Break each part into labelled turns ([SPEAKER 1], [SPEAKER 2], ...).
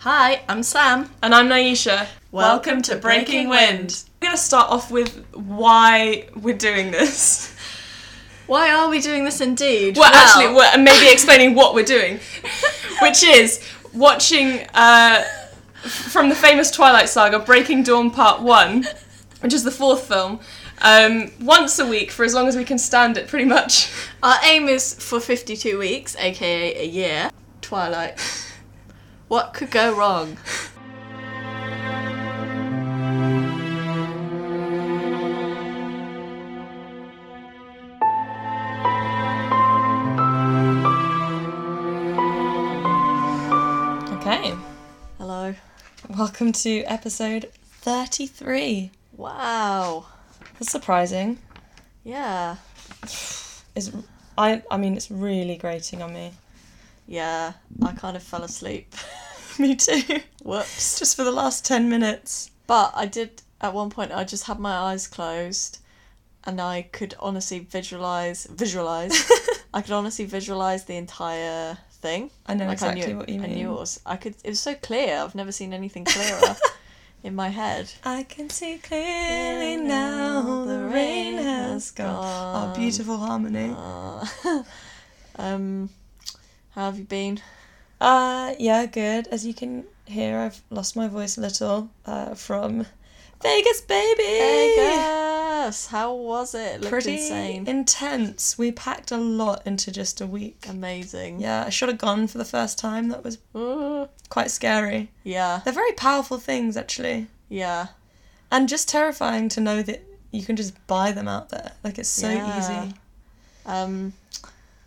[SPEAKER 1] Hi, I'm Sam.
[SPEAKER 2] And I'm Naisha. Welcome, to Breaking Wind. We're going to start off with why we're doing this.
[SPEAKER 1] Why are we doing this indeed?
[SPEAKER 2] Well, actually, we're and maybe explaining what we're doing, which is watching uh, f- from the famous Twilight Saga Breaking Dawn Part 1, which is the fourth film, um, once a week for as long as we can stand it, pretty much.
[SPEAKER 1] our aim is for 52 weeks, aka a year. Twilight. What could go wrong?
[SPEAKER 2] Okay.
[SPEAKER 1] Hello.
[SPEAKER 2] Welcome to episode 33.
[SPEAKER 1] Wow.
[SPEAKER 2] That's surprising.
[SPEAKER 1] Yeah.
[SPEAKER 2] Is I I mean it's really grating on me.
[SPEAKER 1] Yeah. I kind of fell asleep.
[SPEAKER 2] me too.
[SPEAKER 1] Whoops.
[SPEAKER 2] Just for the last 10 minutes.
[SPEAKER 1] But I did, at one point, I just had my eyes closed and I could honestly visualize, visualize, I could honestly visualize the entire thing.
[SPEAKER 2] I know
[SPEAKER 1] Like,
[SPEAKER 2] exactly
[SPEAKER 1] I knew,
[SPEAKER 2] what you
[SPEAKER 1] I
[SPEAKER 2] mean.
[SPEAKER 1] knew it was. I could. It was so clear. I've never seen anything clearer in my head.
[SPEAKER 2] I can see clearly now the rain has gone.
[SPEAKER 1] gone.
[SPEAKER 2] Oh, beautiful harmony.
[SPEAKER 1] Uh, um, how have you been?
[SPEAKER 2] Uh, yeah, good. As you can hear, I've lost my voice a little uh, from Vegas, baby.
[SPEAKER 1] Vegas. How was it? Looked
[SPEAKER 2] Pretty
[SPEAKER 1] insane.
[SPEAKER 2] intense. We packed a lot into just a week.
[SPEAKER 1] Amazing.
[SPEAKER 2] Yeah, I should have gone for the first time. That was
[SPEAKER 1] Ooh.
[SPEAKER 2] quite scary.
[SPEAKER 1] Yeah.
[SPEAKER 2] They're very powerful things, actually.
[SPEAKER 1] Yeah.
[SPEAKER 2] and just terrifying to know that you can just buy them out there like it's so
[SPEAKER 1] Yeah.
[SPEAKER 2] easy
[SPEAKER 1] Um,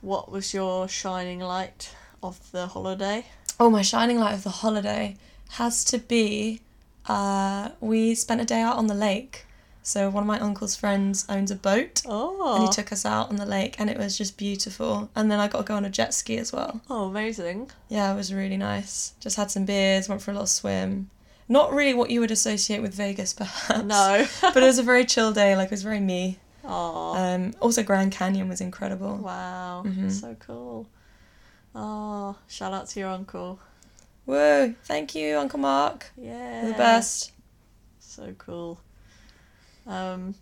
[SPEAKER 1] what was your shining light of the holiday?
[SPEAKER 2] oh my shining light of the holiday has to be uh, we spent a day out on the lake so one of my uncle's friends owns a boat and
[SPEAKER 1] Oh.
[SPEAKER 2] he took us out on the lake and it was just beautiful and then i got to go on a jet ski as well
[SPEAKER 1] oh, amazing.
[SPEAKER 2] yeah it was really nice just had some beers went for a little swim not really what you would associate with vegas perhaps
[SPEAKER 1] No.
[SPEAKER 2] but it was a very chill day like it was very me
[SPEAKER 1] Oh.
[SPEAKER 2] um, also grand canyon was incredible
[SPEAKER 1] Wow,
[SPEAKER 2] Mhm.
[SPEAKER 1] so cool. Oh, shout out to your uncle.
[SPEAKER 2] Whoa, thank you, Uncle Mark.
[SPEAKER 1] Yeah.
[SPEAKER 2] You're The best.
[SPEAKER 1] So cool. Um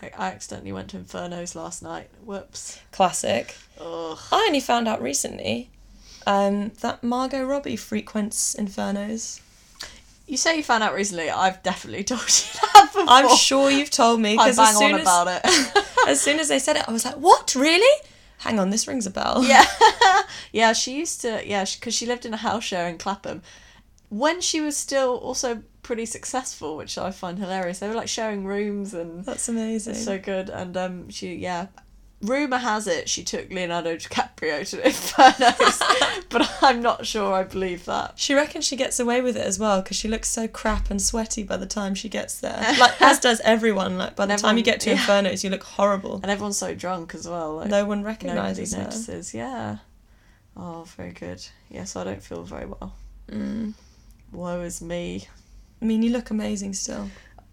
[SPEAKER 1] I, I accidentally went to Inferno's last night. Whoops.
[SPEAKER 2] Classic.
[SPEAKER 1] Ugh.
[SPEAKER 2] I only found out recently um, that Margot Robbie frequents infernos.
[SPEAKER 1] You say you found out recently. I've definitely told you that before.
[SPEAKER 2] I'm sure you've told me
[SPEAKER 1] I
[SPEAKER 2] because
[SPEAKER 1] Oh. bang
[SPEAKER 2] as,
[SPEAKER 1] on
[SPEAKER 2] soon as-
[SPEAKER 1] about it.
[SPEAKER 2] as soon as they said it, I was like, what? Really? Hang on, this rings a bell.
[SPEAKER 1] yeah. yeah, she used to, yeah, because she lived in a house share in Clapham. When she was still also pretty successful, which I find hilarious. They were like sharing rooms and
[SPEAKER 2] That's amazing.
[SPEAKER 1] so good. And um, she yeah, rumor has it she took Leonardo DiCaprio to Inferno, but I'm not sure I believe that.
[SPEAKER 2] she reckons she gets away with it as well because she looks so crap and sweaty by the time she gets there. Like, as does everyone. Like, by the time you
[SPEAKER 1] Everyone-
[SPEAKER 2] get to
[SPEAKER 1] yeah.
[SPEAKER 2] infernos, you look horrible.
[SPEAKER 1] And everyone's so drunk as well. Like,
[SPEAKER 2] No one
[SPEAKER 1] nobody
[SPEAKER 2] recognises her.
[SPEAKER 1] notices. Yeah. Oh, very good. Yes, I don't feel very well.
[SPEAKER 2] Mm.
[SPEAKER 1] Woe is me.
[SPEAKER 2] I mean, you look amazing still.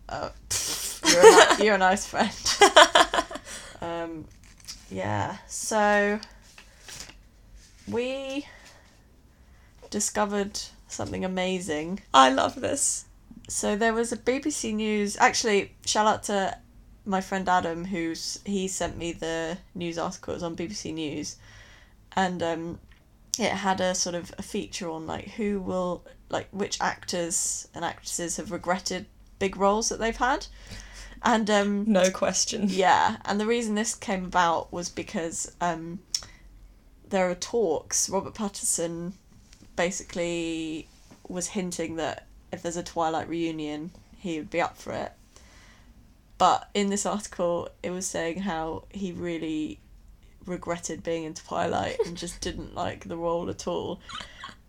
[SPEAKER 1] Uh, you're, a, ni- you're a nice friend. Um, yeah. So we discovered something amazing
[SPEAKER 2] I love this.
[SPEAKER 1] So there was a BBC News. Actually, shout out to my friend Adam, who's he sent me the news articles on BBC News, and um, it had a sort of a feature on like who will like which actors and actresses have regretted big roles that they've had, and um,
[SPEAKER 2] No question.
[SPEAKER 1] yeah, and the reason this came about was because um, there are talks. Robert Patterson basically was hinting that if there's a Twilight reunion, he would be up for it. But in this article, it was saying how he really regretted being in Twilight and just didn't like the role at all.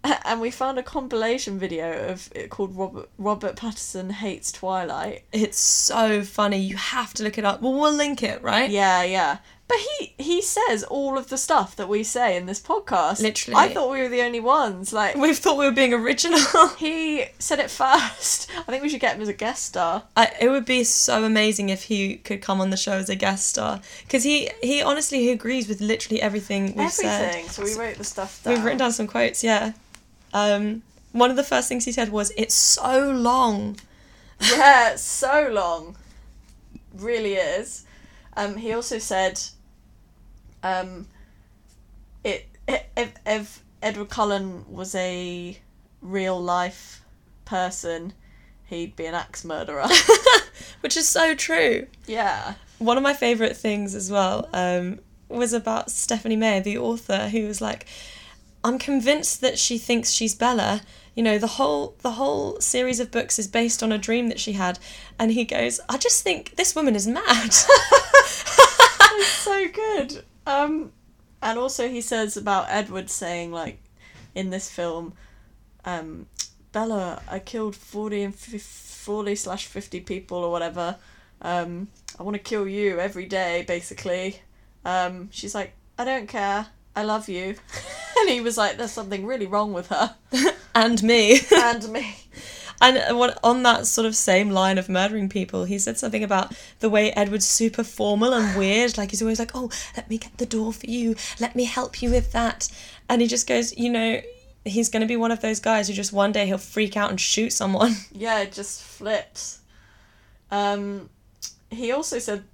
[SPEAKER 1] A- And we found a compilation video of it called Robert Robert Patterson hates Twilight,
[SPEAKER 2] It's so funny. You have to look it up. Well, we'll link it, right?
[SPEAKER 1] Yeah, yeah. But he he says all of the stuff that we say in this podcast.
[SPEAKER 2] Literally.
[SPEAKER 1] I thought we were the only ones. Like
[SPEAKER 2] We've thought we were being original.
[SPEAKER 1] he said it first. I think we should get him as a guest star.
[SPEAKER 2] I, it would be so amazing if he could come on the show as a guest star because he he honestly agrees with literally everything we've
[SPEAKER 1] Everything.
[SPEAKER 2] said.
[SPEAKER 1] So we wrote the stuff down.
[SPEAKER 2] We've written down some quotes, yeah. Um, one of the first things he said was, "It's so long."
[SPEAKER 1] Yeah, it's so long. Really is. Um, he also said, um, it, i- if, if Edward Cullen was a real life person, he'd be an axe murderer.
[SPEAKER 2] Which is so true.
[SPEAKER 1] yeah.
[SPEAKER 2] one of my favorite things as well um, was about Stephanie Mayer, the author, who was like, "I'm convinced that she thinks she's Bella." You know, the whole the whole series of books is based on a dream that she had, and he goes, "I just think this woman is mad."
[SPEAKER 1] so good. Um, and also he says about Edward saying like, in this film, um, Bella, I killed forty and fif- forty slash fifty people or whatever. Um, I want to kill you every day, basically. Um, she's like, I don't care. I love you. and he was like, There's something really wrong with her
[SPEAKER 2] and me.
[SPEAKER 1] and me.
[SPEAKER 2] And what on that sort of same line of murdering people, he said something about the way Edward's super formal and weird. Like he's always like, "Oh, let me get the door for you. Let me help you with that." And he just goes, you know, he's going to be one of those guys who just one day he'll freak out and shoot someone.
[SPEAKER 1] yeah, it just flips. Um, he also said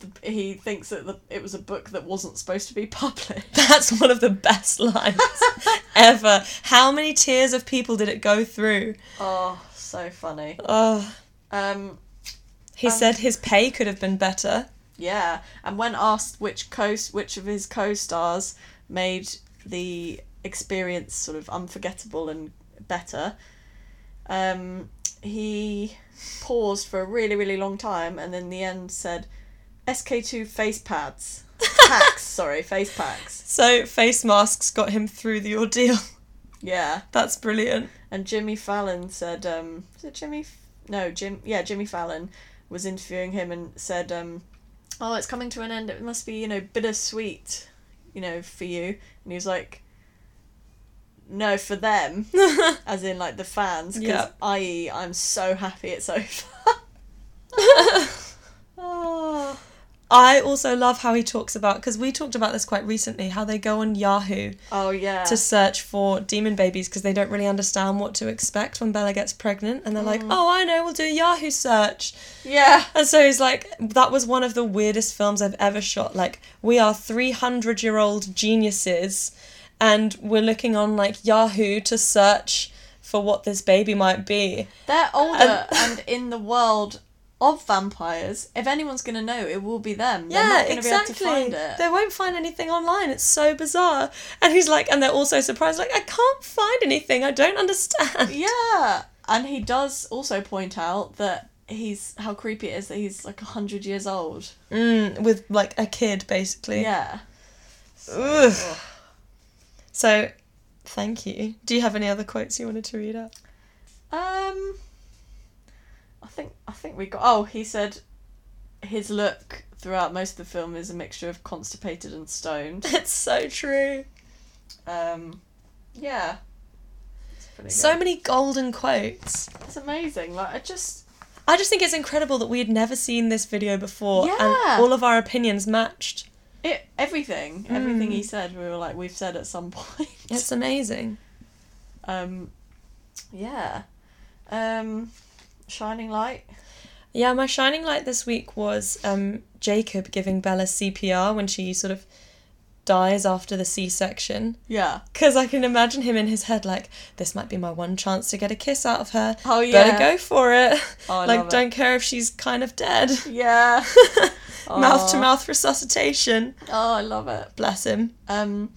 [SPEAKER 1] th- he thinks that the, it was a book that wasn't supposed to be published.
[SPEAKER 2] That's one of the best lines ever. How many tiers of people did it go through?
[SPEAKER 1] Oh, so funny.
[SPEAKER 2] Oh,
[SPEAKER 1] Um,
[SPEAKER 2] he said his pay could have been better.
[SPEAKER 1] yeah, and when asked which co which of his co-stars made the experience sort of unforgettable and better, um, he paused for a really really long time and in the end said, "SK2 face pads, packs, sorry, face packs."
[SPEAKER 2] So face masks got him through the ordeal.
[SPEAKER 1] Yeah.
[SPEAKER 2] That's brilliant.
[SPEAKER 1] And Jimmy Fallon said, um, was it Jimmy? F- No, Jim. Yeah, Jimmy Fallon was interviewing him and said, um, "Oh, it's coming to an end. It must be, you know, bittersweet, you know, for you." And he was like, "No, for them, as in like the fans, because
[SPEAKER 2] Yeah.
[SPEAKER 1] i.e., I'm so happy it's over." oh,
[SPEAKER 2] I also love how he talks about because we talked about this quite recently how they go on Yahoo
[SPEAKER 1] oh yeah.
[SPEAKER 2] to search for demon babies because they don't really understand what to expect when Bella gets pregnant and they're like, "Oh, I know, we'll do a Yahoo search."
[SPEAKER 1] yeah.
[SPEAKER 2] And so he's like, "That was one of the weirdest films I've ever shot. Like, we are 300-year-old geniuses and we're looking on like Yahoo to search for what this baby might be."
[SPEAKER 1] They're older and in the world of vampires. If anyone's going to know, it will be them. They're not gonna Be able to find it.
[SPEAKER 2] They won't find anything online. It's so bizarre. And he's like, and they're also surprised, like, I can't find anything. I don't understand.
[SPEAKER 1] Yeah, and he does also point out that he's how creepy it is that he's like hundred years old.
[SPEAKER 2] Mm, with like a kid, basically.
[SPEAKER 1] Yeah.
[SPEAKER 2] Ugh. So, thank you. Do you have any other quotes you wanted to read out?
[SPEAKER 1] Um. I think I think we got. Oh, he said, his look throughout most of the film is a mixture of constipated and stoned.
[SPEAKER 2] It's so true.
[SPEAKER 1] Um, yeah. It's pretty
[SPEAKER 2] So
[SPEAKER 1] good.
[SPEAKER 2] many golden quotes.
[SPEAKER 1] it's amazing. Like I just
[SPEAKER 2] I just think it's incredible that we had never seen this video before
[SPEAKER 1] Yeah.
[SPEAKER 2] and all of our opinions matched.
[SPEAKER 1] it everything everything
[SPEAKER 2] Hmm.
[SPEAKER 1] he said we were like we've said at some point.
[SPEAKER 2] It's amazing.
[SPEAKER 1] Um, yeah. Um, shining light.
[SPEAKER 2] Yeah, my shining light this week was um, Jacob giving Bella CPR when she sort of dies after the C section.
[SPEAKER 1] Yeah.
[SPEAKER 2] Because I can imagine him in his head like, this might be my one chance to get a kiss out of her.
[SPEAKER 1] Oh
[SPEAKER 2] Better go for it.
[SPEAKER 1] Oh, I
[SPEAKER 2] like,
[SPEAKER 1] love it.
[SPEAKER 2] don't care if she's kind of dead.
[SPEAKER 1] Yeah.
[SPEAKER 2] Mouth to
[SPEAKER 1] Aw.
[SPEAKER 2] mouth resuscitation.
[SPEAKER 1] Oh, I love it.
[SPEAKER 2] Bless him.
[SPEAKER 1] Um,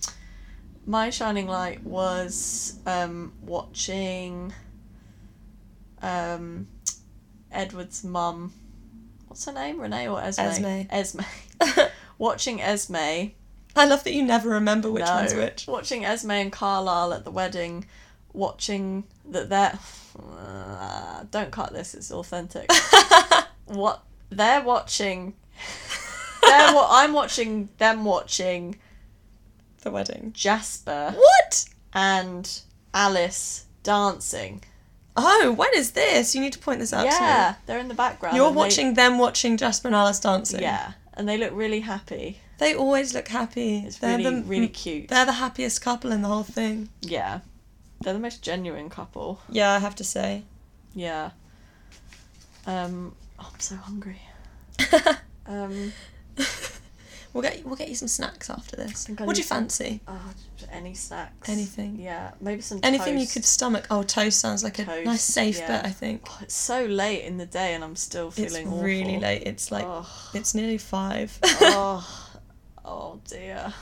[SPEAKER 1] my shining light was um watching um Edward's mum. What's her name? Renee or Esme?
[SPEAKER 2] Esme.
[SPEAKER 1] Esme.
[SPEAKER 2] I
[SPEAKER 1] Watching Esme.
[SPEAKER 2] love that you never remember which
[SPEAKER 1] No.
[SPEAKER 2] one's which.
[SPEAKER 1] Watching Esme and Carlisle at the wedding, watching that they're uh, don't cut this. It's authentic. what they're watching, they're what I'm watching. Them watching
[SPEAKER 2] The wedding.
[SPEAKER 1] Jasper
[SPEAKER 2] What?
[SPEAKER 1] and Alice dancing.
[SPEAKER 2] Oh, when is this? You need to point this out to me.
[SPEAKER 1] yeah, they're in the background.
[SPEAKER 2] You're
[SPEAKER 1] and they-
[SPEAKER 2] watching them watching Jasper and Alice dancing.
[SPEAKER 1] yeah, and they look really happy.
[SPEAKER 2] They always look happy.
[SPEAKER 1] It's
[SPEAKER 2] they're
[SPEAKER 1] really
[SPEAKER 2] the,
[SPEAKER 1] really cute.
[SPEAKER 2] They're the happiest couple in the whole thing.
[SPEAKER 1] Yeah. they're the most genuine couple.
[SPEAKER 2] Yeah, I have to say.
[SPEAKER 1] Yeah. Um, oh, I'm so hungry. Um,
[SPEAKER 2] we'll get we'll get you some snacks after this.
[SPEAKER 1] think I
[SPEAKER 2] What do
[SPEAKER 1] need
[SPEAKER 2] you fancy?
[SPEAKER 1] oh, just any snacks?
[SPEAKER 2] Anything.
[SPEAKER 1] Yeah, maybe some.
[SPEAKER 2] Anything you
[SPEAKER 1] toast.
[SPEAKER 2] could stomach. Oh, toast sounds like a
[SPEAKER 1] Toast,
[SPEAKER 2] nice safe
[SPEAKER 1] yeah.
[SPEAKER 2] bet. I think
[SPEAKER 1] Oh, it's so late in the day, and I'm still
[SPEAKER 2] it's
[SPEAKER 1] feeling awful.
[SPEAKER 2] really late. It's like
[SPEAKER 1] oh,
[SPEAKER 2] it's nearly five.
[SPEAKER 1] oh, oh dear,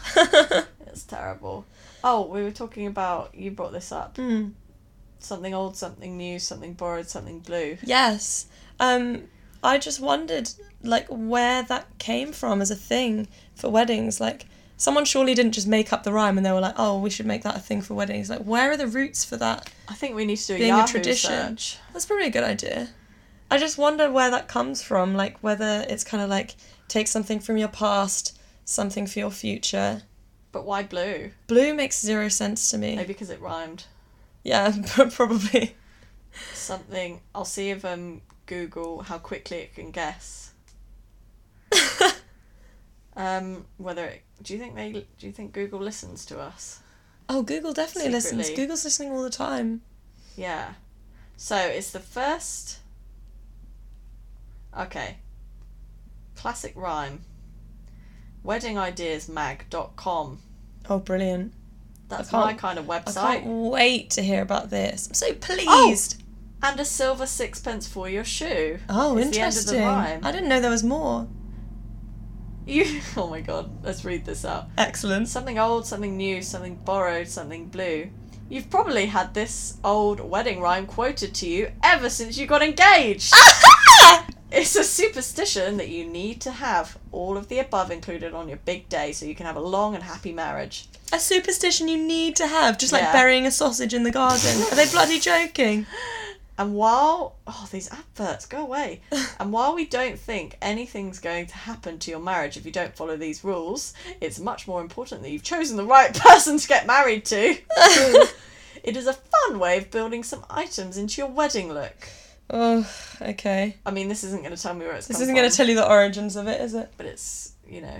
[SPEAKER 1] it's terrible. Oh, we were talking about you brought this up.
[SPEAKER 2] Hmm.
[SPEAKER 1] Something old, something new, something borrowed, something blue.
[SPEAKER 2] Yes. Um, I just wondered, like, where that came from as a thing for weddings. Like, someone surely didn't just make up the rhyme and they were like, oh, we should make that a thing for weddings. Like, where are the roots for that?
[SPEAKER 1] I think we need to do a
[SPEAKER 2] Being a
[SPEAKER 1] Yahoo
[SPEAKER 2] tradition.
[SPEAKER 1] search.
[SPEAKER 2] That's probably a good idea. I just wonder where that comes from. Like, whether it's kind of like take something from your past, something for your future.
[SPEAKER 1] But why blue?
[SPEAKER 2] Blue makes zero sense to me.
[SPEAKER 1] Maybe because it rhymed.
[SPEAKER 2] Yeah, probably.
[SPEAKER 1] Something. I'll see if um Google how quickly it can guess. Um, whether it, do you think they do you think Google listens to us?
[SPEAKER 2] oh, Google definitely listens.
[SPEAKER 1] Secretly.
[SPEAKER 2] Google's listening all the time.
[SPEAKER 1] Yeah. So it's the first. Okay. Classic rhyme. Weddingideasmag.com.
[SPEAKER 2] Oh, brilliant.
[SPEAKER 1] That's
[SPEAKER 2] can't-
[SPEAKER 1] my kind of
[SPEAKER 2] I Oh!
[SPEAKER 1] website.
[SPEAKER 2] can't wait to hear about this. I'm so pleased.
[SPEAKER 1] And a silver sixpence for your shoe.
[SPEAKER 2] Oh,
[SPEAKER 1] It's the end of the
[SPEAKER 2] interesting.
[SPEAKER 1] rhyme.
[SPEAKER 2] I didn't know there was more.
[SPEAKER 1] You. Oh my god. Let's read this out.
[SPEAKER 2] Excellent.
[SPEAKER 1] Something old, something new, something borrowed, something blue. You've probably had this old wedding rhyme quoted to you ever since you got engaged.
[SPEAKER 2] Ah!
[SPEAKER 1] It's a superstition that you need to have all of the above included on your big day so you can have a long and happy marriage.
[SPEAKER 2] a superstition you need to have, just like
[SPEAKER 1] Yeah.
[SPEAKER 2] burying a sausage in the garden. Are they bloody joking?
[SPEAKER 1] And while. Oh, these adverts, go away. and while we don't think anything's going to happen to your marriage if you don't follow these rules, it's much more important that you've chosen the right person to get married to. it is a fun way of building some items into your wedding look.
[SPEAKER 2] Oh, okay.
[SPEAKER 1] I mean, this isn't going to tell me where it's
[SPEAKER 2] This
[SPEAKER 1] come
[SPEAKER 2] isn't
[SPEAKER 1] from,
[SPEAKER 2] going to tell you the origins of it, is it?
[SPEAKER 1] but it's, you know,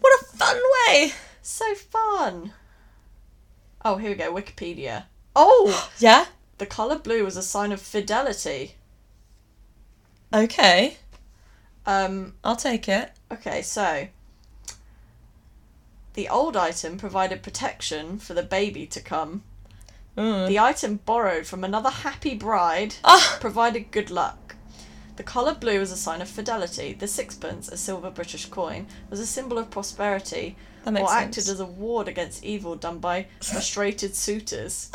[SPEAKER 2] What a fun way!
[SPEAKER 1] so fun. Oh, here we go, Wikipedia. Oh!
[SPEAKER 2] Yeah?
[SPEAKER 1] The colour blue was a sign of fidelity.
[SPEAKER 2] Okay.
[SPEAKER 1] Um,
[SPEAKER 2] I'll take it.
[SPEAKER 1] okay, so. The old item provided protection for the baby to come.
[SPEAKER 2] Mm.
[SPEAKER 1] The item borrowed from another happy bride
[SPEAKER 2] Ah,
[SPEAKER 1] provided good luck. The colour blue was a sign of fidelity. The sixpence, a silver British coin, was a symbol of prosperity
[SPEAKER 2] that
[SPEAKER 1] or
[SPEAKER 2] makes
[SPEAKER 1] acted
[SPEAKER 2] sense.
[SPEAKER 1] as a ward against evil done by frustrated suitors.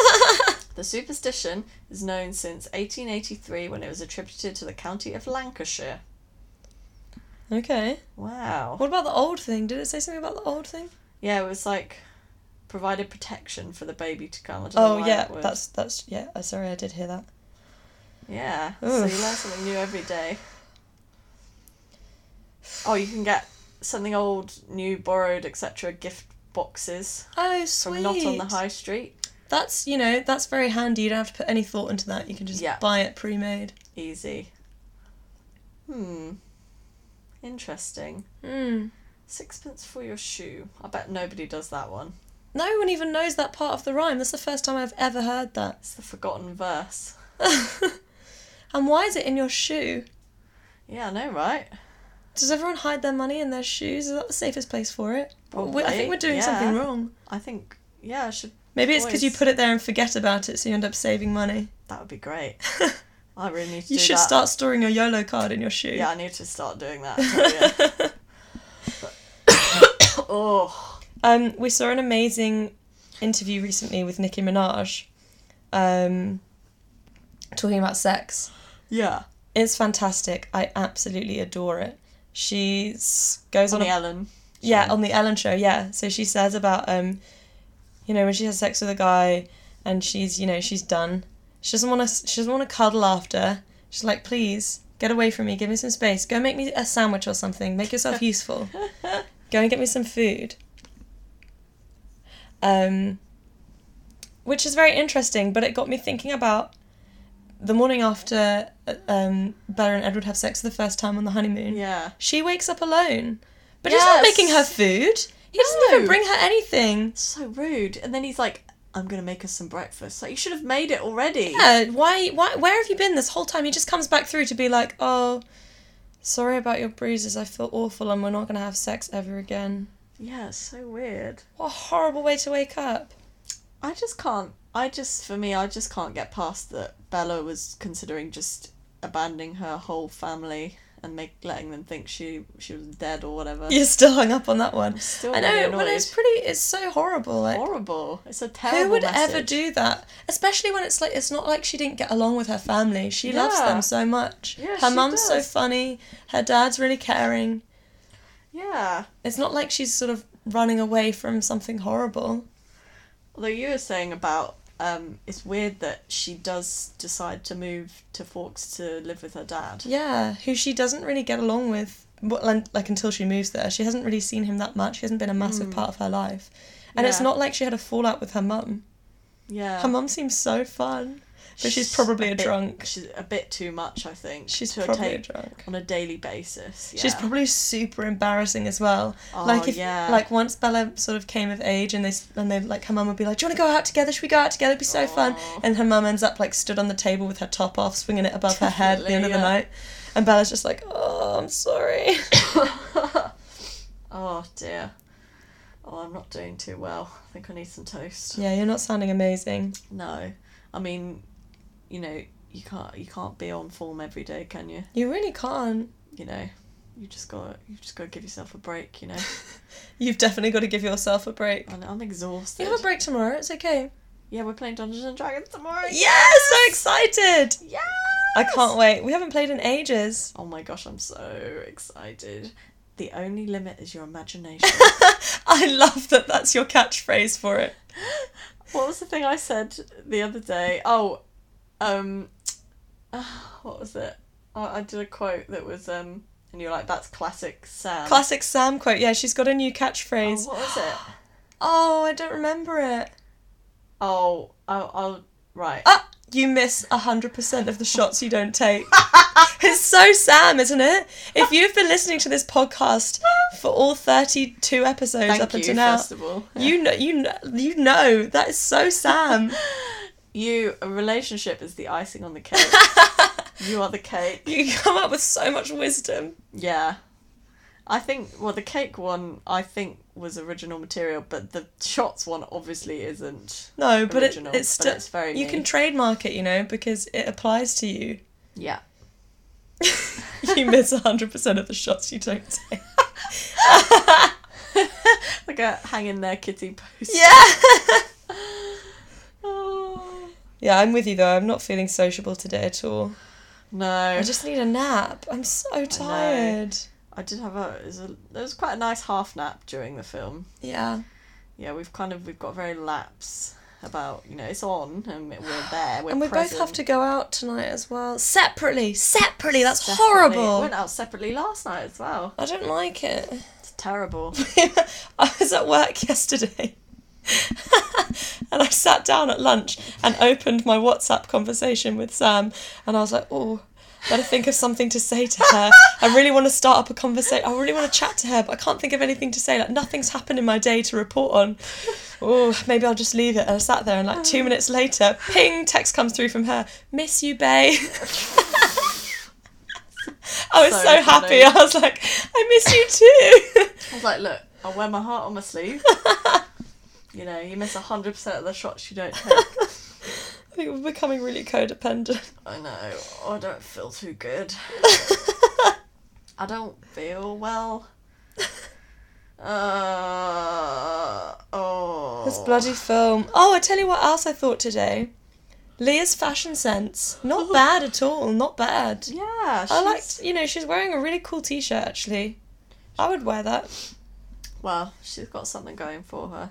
[SPEAKER 1] the superstition is known since 1883 when it was attributed to the county of Lancashire.
[SPEAKER 2] Okay.
[SPEAKER 1] Wow.
[SPEAKER 2] What about the old thing? Did it say something about the old thing?
[SPEAKER 1] Yeah, it was like provided protection for the baby to come. I don't know
[SPEAKER 2] Oh
[SPEAKER 1] why
[SPEAKER 2] yeah,
[SPEAKER 1] it would.
[SPEAKER 2] that's that's yeah. uh, Sorry, I did hear that.
[SPEAKER 1] yeah.
[SPEAKER 2] Oof.
[SPEAKER 1] So you learn something new every day. Oh, you can get something old, new, borrowed, etc. gift boxes
[SPEAKER 2] Oh
[SPEAKER 1] from
[SPEAKER 2] sweet.
[SPEAKER 1] not on the high street.
[SPEAKER 2] That's you know that's very handy. You don't have to put any thought into that. You can just
[SPEAKER 1] Yeah.
[SPEAKER 2] buy it pre-made.
[SPEAKER 1] Easy. Hmm. Interesting. Hmm.
[SPEAKER 2] Mm.
[SPEAKER 1] Sixpence for your shoe. I bet nobody does that one.
[SPEAKER 2] No one even knows that part of the rhyme. That's the first time I've ever heard that.
[SPEAKER 1] It's the forgotten verse.
[SPEAKER 2] and why is it in your shoe?
[SPEAKER 1] Yeah, I know, right?
[SPEAKER 2] Does everyone hide their money in their shoes? Is that the safest place for it? We- I
[SPEAKER 1] Probably,
[SPEAKER 2] think we're doing
[SPEAKER 1] yeah.
[SPEAKER 2] something wrong.
[SPEAKER 1] I think, yeah, I should.
[SPEAKER 2] Maybe it's because you
[SPEAKER 1] Boys.
[SPEAKER 2] put it there and forget about it, so you end up saving money.
[SPEAKER 1] That would be great. I really need to
[SPEAKER 2] You
[SPEAKER 1] do
[SPEAKER 2] should
[SPEAKER 1] that.
[SPEAKER 2] start storing your YOLO card in your shoe.
[SPEAKER 1] Yeah, I need to start doing that. I tell you. oh,
[SPEAKER 2] Um, we saw an amazing interview recently with Nicki Minaj, um, talking about sex.
[SPEAKER 1] yeah.
[SPEAKER 2] It's fantastic. I absolutely adore it. She goes
[SPEAKER 1] On
[SPEAKER 2] on,
[SPEAKER 1] the
[SPEAKER 2] a,
[SPEAKER 1] Ellen.
[SPEAKER 2] yeah on the Ellen show. Yeah, so she says about um, you know, when she has sex with a guy and she's you know she's done. She doesn't want to. She doesn't want to cuddle after. She's like, please get away from me. Give me some space. Go make me a sandwich or something. Make yourself useful. Go and get me some food. Um, which is very interesting, but it got me thinking about the morning after uh, um, Bella and Edward have sex for the first time on the honeymoon.
[SPEAKER 1] Yeah.
[SPEAKER 2] She wakes up alone. But he's not
[SPEAKER 1] Yes.
[SPEAKER 2] making her food. He doesn't even
[SPEAKER 1] No.
[SPEAKER 2] bring her anything.
[SPEAKER 1] So rude. And then he's like, I'm gonna make us some breakfast. Like you should have made it already.
[SPEAKER 2] Yeah, why, why, where have you been this whole time? He just comes back through to be like, oh, sorry about your bruises. I feel awful and we're not going to have sex ever again.
[SPEAKER 1] Yeah, it's so weird.
[SPEAKER 2] What a horrible way to wake up.
[SPEAKER 1] I just can't. I just, for me, I just can't get past that Bella was considering just abandoning her whole family and make letting them think she she was dead or whatever.
[SPEAKER 2] You're still hung up on that one.
[SPEAKER 1] Still
[SPEAKER 2] I know,
[SPEAKER 1] really
[SPEAKER 2] but
[SPEAKER 1] annoyed.
[SPEAKER 2] it's pretty, it's so horrible. Like,
[SPEAKER 1] horrible. It's a terrible.
[SPEAKER 2] who would ever
[SPEAKER 1] message.
[SPEAKER 2] do that? Especially when it's like, it's not like she didn't get along with her family. She loves
[SPEAKER 1] Yeah.
[SPEAKER 2] them so much.
[SPEAKER 1] Yeah,
[SPEAKER 2] her
[SPEAKER 1] she
[SPEAKER 2] mum's so
[SPEAKER 1] does.
[SPEAKER 2] funny. Her dad's really caring.
[SPEAKER 1] Yeah.
[SPEAKER 2] It's not like she's sort of running away from something horrible.
[SPEAKER 1] Although you were saying about um, it's weird that she does decide to move to Forks to live with her dad.
[SPEAKER 2] Yeah, who she doesn't really get along with. Well, and, like until she moves there, she hasn't really seen him that much. He hasn't been a massive part of her life, and it's
[SPEAKER 1] Yeah.
[SPEAKER 2] not like she had a fallout with her mum.
[SPEAKER 1] Yeah.
[SPEAKER 2] Her mum seems so fun, but she's, probably a,
[SPEAKER 1] bit-
[SPEAKER 2] drunk.
[SPEAKER 1] She's a bit too much, I think.
[SPEAKER 2] She's
[SPEAKER 1] to
[SPEAKER 2] probably a
[SPEAKER 1] take
[SPEAKER 2] drunk.
[SPEAKER 1] on a daily basis. Yeah.
[SPEAKER 2] She's probably super embarrassing as well.
[SPEAKER 1] Oh,
[SPEAKER 2] like if
[SPEAKER 1] yeah.
[SPEAKER 2] like once Bella sort of came of age and they s- and they like her mum would be like, "Do you want to go out together? Should we go out together? It'd be so fun."
[SPEAKER 1] Aw.
[SPEAKER 2] And her mum ends up like stood on the table with her top off, swinging it above her head at the end of the
[SPEAKER 1] Definitely, yeah.
[SPEAKER 2] night. And Bella's just like, "Oh, I'm sorry."
[SPEAKER 1] oh dear. Oh, I'm not doing too well. I think I need some toast.
[SPEAKER 2] yeah, you're not sounding amazing.
[SPEAKER 1] No, I mean, you know, you can't you can't be on form every day, can you?
[SPEAKER 2] You really can't.
[SPEAKER 1] You know, you just got you just got to give yourself a break. You know,
[SPEAKER 2] You've definitely got to give yourself a break.
[SPEAKER 1] and I'm exhausted.
[SPEAKER 2] You have a break tomorrow. It's okay.
[SPEAKER 1] Yeah, we're playing Dungeons and Dragons tomorrow.
[SPEAKER 2] Yeah, so excited.
[SPEAKER 1] Yes!
[SPEAKER 2] I can't wait. We haven't played in ages.
[SPEAKER 1] Oh my gosh, I'm so excited. The only limit is your imagination.
[SPEAKER 2] I love that. That's your catchphrase for it.
[SPEAKER 1] what was the thing I said the other day? Oh, um, ah, what was it? Oh, I, I did a quote that was, um, and you're like, that's classic Sam.
[SPEAKER 2] Classic Sam quote. Yeah, she's got a new
[SPEAKER 1] Oh,
[SPEAKER 2] catchphrase.
[SPEAKER 1] what was it?
[SPEAKER 2] Oh, I don't remember it.
[SPEAKER 1] Oh, I'll, I'll right.
[SPEAKER 2] Ah, you miss 100% of the shots you don't take. it's so Sam, isn't it? If you've been listening to this podcast for all 32 episodes
[SPEAKER 1] Thank
[SPEAKER 2] up
[SPEAKER 1] you,
[SPEAKER 2] until now,
[SPEAKER 1] first of all.
[SPEAKER 2] you know, you know, you know, that is so Sam.
[SPEAKER 1] You, a relationship is the icing on the cake. you are the cake.
[SPEAKER 2] you come up with so much wisdom.
[SPEAKER 1] Yeah. I think well the cake one I think was original material, but the shots one obviously isn't.
[SPEAKER 2] No, but it,
[SPEAKER 1] Original,
[SPEAKER 2] it's
[SPEAKER 1] but
[SPEAKER 2] still
[SPEAKER 1] it's very
[SPEAKER 2] you
[SPEAKER 1] me.
[SPEAKER 2] can trademark it, you know, because it applies to you.
[SPEAKER 1] Yeah.
[SPEAKER 2] You miss 100% of the shots you don't take.
[SPEAKER 1] Like a hang in there kitty post.
[SPEAKER 2] Yeah.
[SPEAKER 1] Oh.
[SPEAKER 2] Yeah, I'm with you though. I'm not feeling sociable today at all.
[SPEAKER 1] No.
[SPEAKER 2] I
[SPEAKER 1] I just
[SPEAKER 2] just need a nap. I'm so tired.
[SPEAKER 1] I did have a it was a there was quite a nice half nap during the film.
[SPEAKER 2] Yeah.
[SPEAKER 1] Yeah, we've kind of we've got very lapse about, you know, it's on and we're there. We're
[SPEAKER 2] and we
[SPEAKER 1] present.
[SPEAKER 2] both have to go out tonight as well. Separately. Separately. That's
[SPEAKER 1] Separately. We
[SPEAKER 2] horrible.
[SPEAKER 1] went out separately last night as well.
[SPEAKER 2] I don't like it.
[SPEAKER 1] It's terrible.
[SPEAKER 2] I was at work yesterday. and I sat down at lunch and opened my WhatsApp conversation with Sam and I was like, "Oh, better think of something to say to her. I really want to start up a conversation. I really want to chat to her, but I can't think of anything to say. Like nothing's happened in my day to report on. Oh, maybe I'll just leave it." And I sat there and like
[SPEAKER 1] Oh.
[SPEAKER 2] 2 minutes later, ping, text comes through from her. "Miss you, babe." I was
[SPEAKER 1] So
[SPEAKER 2] so, happy.
[SPEAKER 1] funny.
[SPEAKER 2] I was like, "I miss you too."
[SPEAKER 1] I was like, look, I wear my heart on my sleeve. you know, you miss 100% of the shots you don't take.
[SPEAKER 2] I think we're becoming really codependent.
[SPEAKER 1] I know. Oh, I don't feel too good. I don't feel well. Uh, oh.
[SPEAKER 2] This bloody film. Oh, I tell you what else I thought today. Leah's fashion sense. Not bad at all. Not bad.
[SPEAKER 1] Yeah, Oh. she's,
[SPEAKER 2] I liked, you know, she's wearing a really cool t shirt actually. I would wear that.
[SPEAKER 1] Well, she's got something going for her.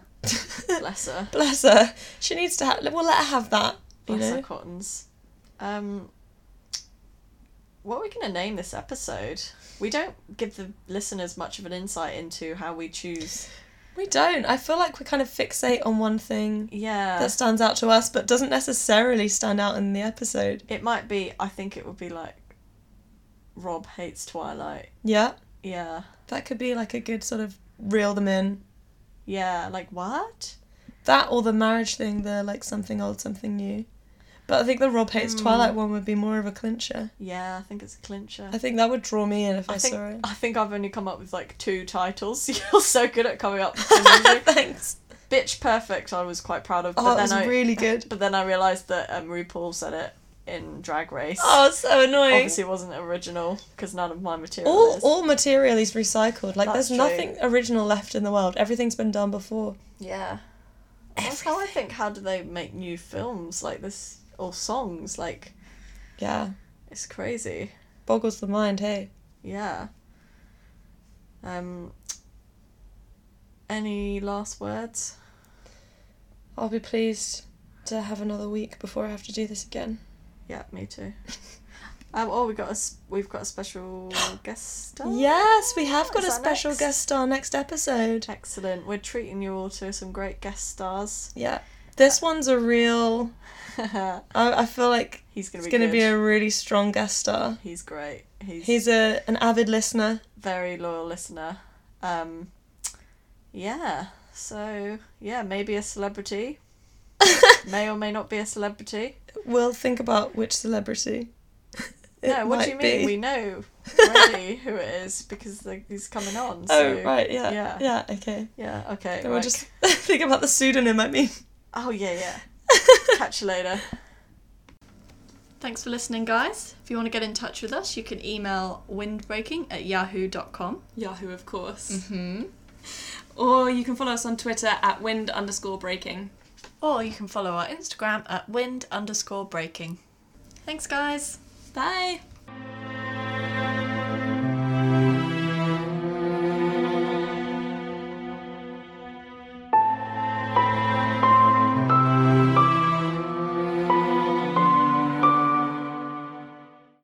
[SPEAKER 1] Bless her.
[SPEAKER 2] Bless her. She needs to have, we'll let her have that. You
[SPEAKER 1] Bless her
[SPEAKER 2] know?
[SPEAKER 1] cottons. Um, what are we going to name this episode? We don't give the listeners much of an insight into how we choose.
[SPEAKER 2] We don't. I feel like we kind of fixate on one thing
[SPEAKER 1] Yeah.
[SPEAKER 2] that stands out to us but doesn't necessarily stand out in the episode.
[SPEAKER 1] It might be. I think it would be like Rob hates Twilight.
[SPEAKER 2] Yeah.
[SPEAKER 1] Yeah,
[SPEAKER 2] That could be like a good sort of reel them in.
[SPEAKER 1] yeah. Like what?
[SPEAKER 2] That or the marriage thing, the like something old, something new. But I think the Rob
[SPEAKER 1] Hmm.
[SPEAKER 2] hates Twilight one would be more of a clincher.
[SPEAKER 1] Yeah, I think it's a clincher.
[SPEAKER 2] I think that would draw me in if I,
[SPEAKER 1] I think
[SPEAKER 2] saw it.
[SPEAKER 1] I think I've only come up with like two titles. You're so good at coming up. with things.
[SPEAKER 2] Thanks.
[SPEAKER 1] Bitch Perfect, I was quite proud of. But
[SPEAKER 2] Oh, that
[SPEAKER 1] then I,
[SPEAKER 2] was really good.
[SPEAKER 1] But then I realised that um, RuPaul said it in Drag Race.
[SPEAKER 2] Oh, it's so annoying.
[SPEAKER 1] Obviously, it wasn't original because none of my material
[SPEAKER 2] all
[SPEAKER 1] is.
[SPEAKER 2] all material is recycled. Like
[SPEAKER 1] That's
[SPEAKER 2] there's
[SPEAKER 1] true.
[SPEAKER 2] nothing original left in the world. Everything's been done before.
[SPEAKER 1] Yeah. That's how I think. How do they make new films like this or songs? Like
[SPEAKER 2] Yeah,
[SPEAKER 1] it's crazy.
[SPEAKER 2] boggles the mind. Hey,
[SPEAKER 1] Yeah. Um. Any last words?
[SPEAKER 2] I'll be pleased to have another week before I have to do this again.
[SPEAKER 1] Yeah, me too. Um, oh, we got a s- we've got a special guest star.
[SPEAKER 2] Yes, we have got
[SPEAKER 1] Oh, Is
[SPEAKER 2] a
[SPEAKER 1] that
[SPEAKER 2] special
[SPEAKER 1] next?
[SPEAKER 2] guest star next episode.
[SPEAKER 1] Excellent. We're treating you all to some great guest stars.
[SPEAKER 2] Yeah, this one's a real. I, I feel like
[SPEAKER 1] He's gonna
[SPEAKER 2] it's
[SPEAKER 1] be
[SPEAKER 2] going to be
[SPEAKER 1] good.
[SPEAKER 2] a really strong guest star.
[SPEAKER 1] He's great. He's
[SPEAKER 2] He's a an avid listener.
[SPEAKER 1] very loyal listener. Um, yeah. So yeah, maybe a celebrity. may or may not be a celebrity.
[SPEAKER 2] We'll think about which celebrity. it
[SPEAKER 1] no, what do you
[SPEAKER 2] might be.
[SPEAKER 1] mean? We know already who it is because like, he's coming on. So.
[SPEAKER 2] Oh right, yeah,
[SPEAKER 1] yeah.
[SPEAKER 2] yeah, okay.
[SPEAKER 1] Yeah. Okay.
[SPEAKER 2] Then we'll
[SPEAKER 1] right.
[SPEAKER 2] just think about the pseudonym. I mean.
[SPEAKER 1] Oh yeah, yeah. Catch you later.
[SPEAKER 3] Thanks for listening, guys. If you want to get in touch with us, you can email windbreaking at yahoo.com.
[SPEAKER 4] Yahoo, of course.
[SPEAKER 3] Mm-hmm.
[SPEAKER 4] Or you can follow us on Twitter at wind underscore breaking.
[SPEAKER 3] Or you can follow our Instagram at wind underscore breaking. Thanks, guys.
[SPEAKER 4] Bye.